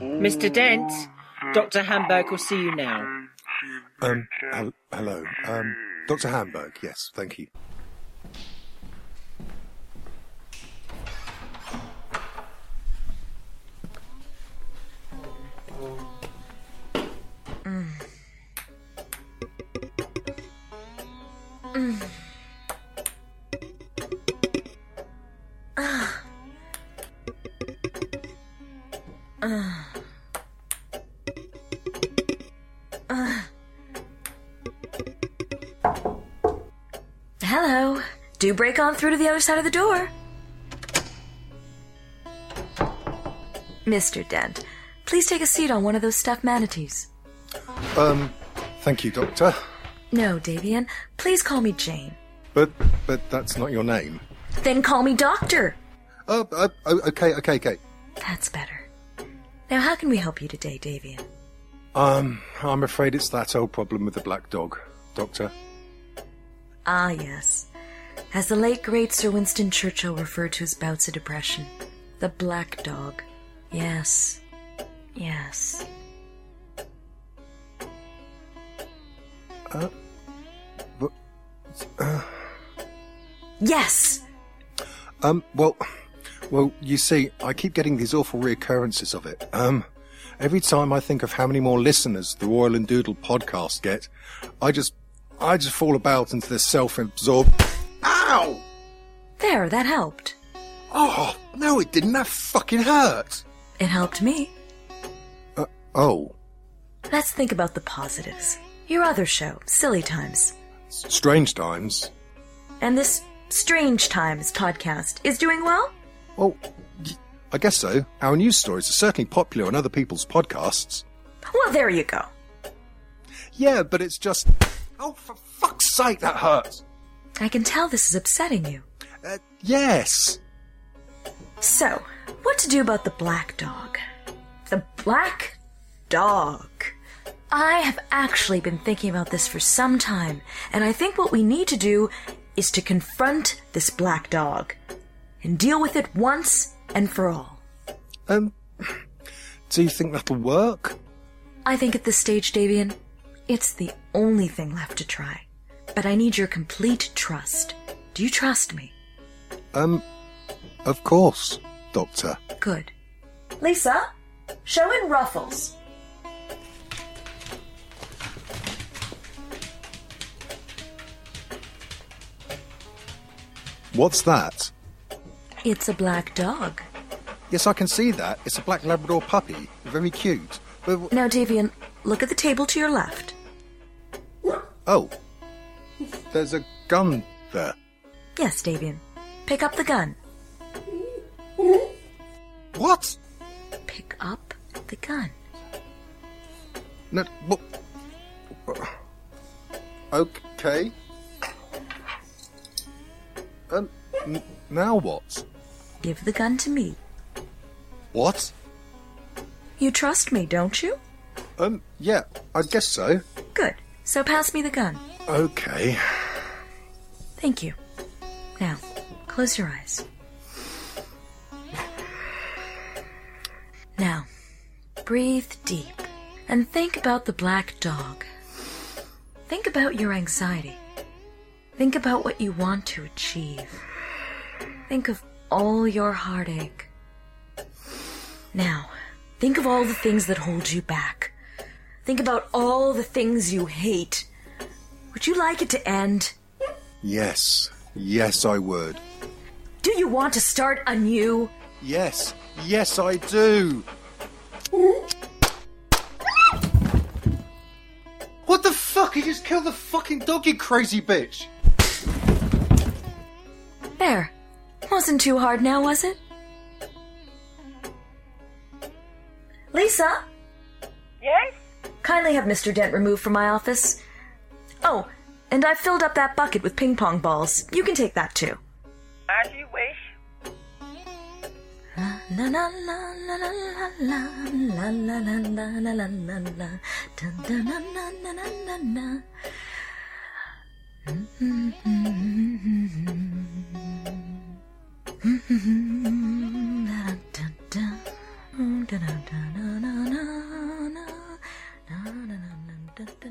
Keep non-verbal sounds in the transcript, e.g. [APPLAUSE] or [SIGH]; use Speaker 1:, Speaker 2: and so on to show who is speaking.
Speaker 1: Mr. Dent, Dr. Hamburg will see you now.
Speaker 2: Um, hel- hello. Um, Dr. Hamburg, yes, thank you.
Speaker 3: Hello. Do break on through to the other side of the door. Mr. Dent, please take a seat on one of those stuffed manatees.
Speaker 2: Um, thank you, Doctor.
Speaker 3: No, Davian, please call me Jane.
Speaker 2: But, but that's not your name.
Speaker 3: Then call me Doctor.
Speaker 2: Oh, uh, oh, okay, okay, okay.
Speaker 3: That's better. Now, how can we help you today, Davian?
Speaker 2: Um, I'm afraid it's that old problem with the black dog, Doctor.
Speaker 3: Ah, yes. As the late great Sir Winston Churchill referred to his bouts of depression, the black dog. Yes. Yes.
Speaker 2: Uh, but, uh.
Speaker 3: Yes!
Speaker 2: um, well, well, you see, I keep getting these awful reoccurrences of it. Um, every time I think of how many more listeners the Royal and Doodle podcast get, I just, I just fall about into this self-absorbed. Ow!
Speaker 3: There, that helped.
Speaker 2: Oh, no, it didn't. That fucking hurt.
Speaker 3: It helped me.
Speaker 2: Uh, oh,
Speaker 3: Let's think about the positives. Your other show, Silly Times,
Speaker 2: s- strange times.
Speaker 3: and this Strange Times podcast is doing well?
Speaker 2: Well, y- I guess so. Our news stories are certainly popular on other people's podcasts.
Speaker 3: Well, there you go.
Speaker 2: Yeah, but it's just. Oh, for fuck's sake, that hurts.
Speaker 3: I can tell this is upsetting you.
Speaker 2: Uh, yes.
Speaker 3: So, what to do about the black dog? The black dog. I have actually been thinking about this for some time, and I think what we need to do is to confront this black dog and deal with it once and for all.
Speaker 2: Um, [CLEARS THROAT] do you think that'll work?
Speaker 3: I think at this stage, Davian, it's the only thing left to try. But I need your complete trust. Do you trust me?
Speaker 2: Um, of course, Doctor.
Speaker 3: Good. Lisa, show in Ruffles.
Speaker 2: What's that?
Speaker 3: It's a black dog.
Speaker 2: Yes, I can see that. It's a black Labrador puppy. Very cute. But, w-
Speaker 3: Now, Davian, look at the table to your left.
Speaker 2: oh, there's a gun there.
Speaker 3: Yes, Davian. Pick up the gun.
Speaker 2: What?
Speaker 3: Pick up the gun.
Speaker 2: No, what? Okay. Um, n- now what?
Speaker 3: Give the gun to me.
Speaker 2: What?
Speaker 3: You trust me, don't you?
Speaker 2: Um, yeah, I guess so.
Speaker 3: Good. So pass me the gun.
Speaker 2: Okay.
Speaker 3: Thank you. Now, close your eyes. Now, breathe deep and think about the black dog. Think about your anxiety. Think about what you want to achieve. Think of all your heartache. Now, think of all the things that hold you back. Think about all the things you hate. Would you like it to end?
Speaker 2: Yes. Yes, I would.
Speaker 3: Do you want to start anew?
Speaker 2: Yes. Yes, I do. What the fuck? You just killed the fucking dog, you crazy bitch!
Speaker 3: There. Wasn't too hard now, was it? Lisa,
Speaker 4: Yes?
Speaker 3: kindly have Mr. Dent removed from my office. Oh, and I filled up that bucket with ping pong balls. You can take that too.
Speaker 4: As you wish.
Speaker 3: La la la la la la la la la la la la la la la Dun, dun, dun, dun, dun, dun, dun, dun. Dun, dun, dun, dun, dun, dun, dun, dun, dun, dun,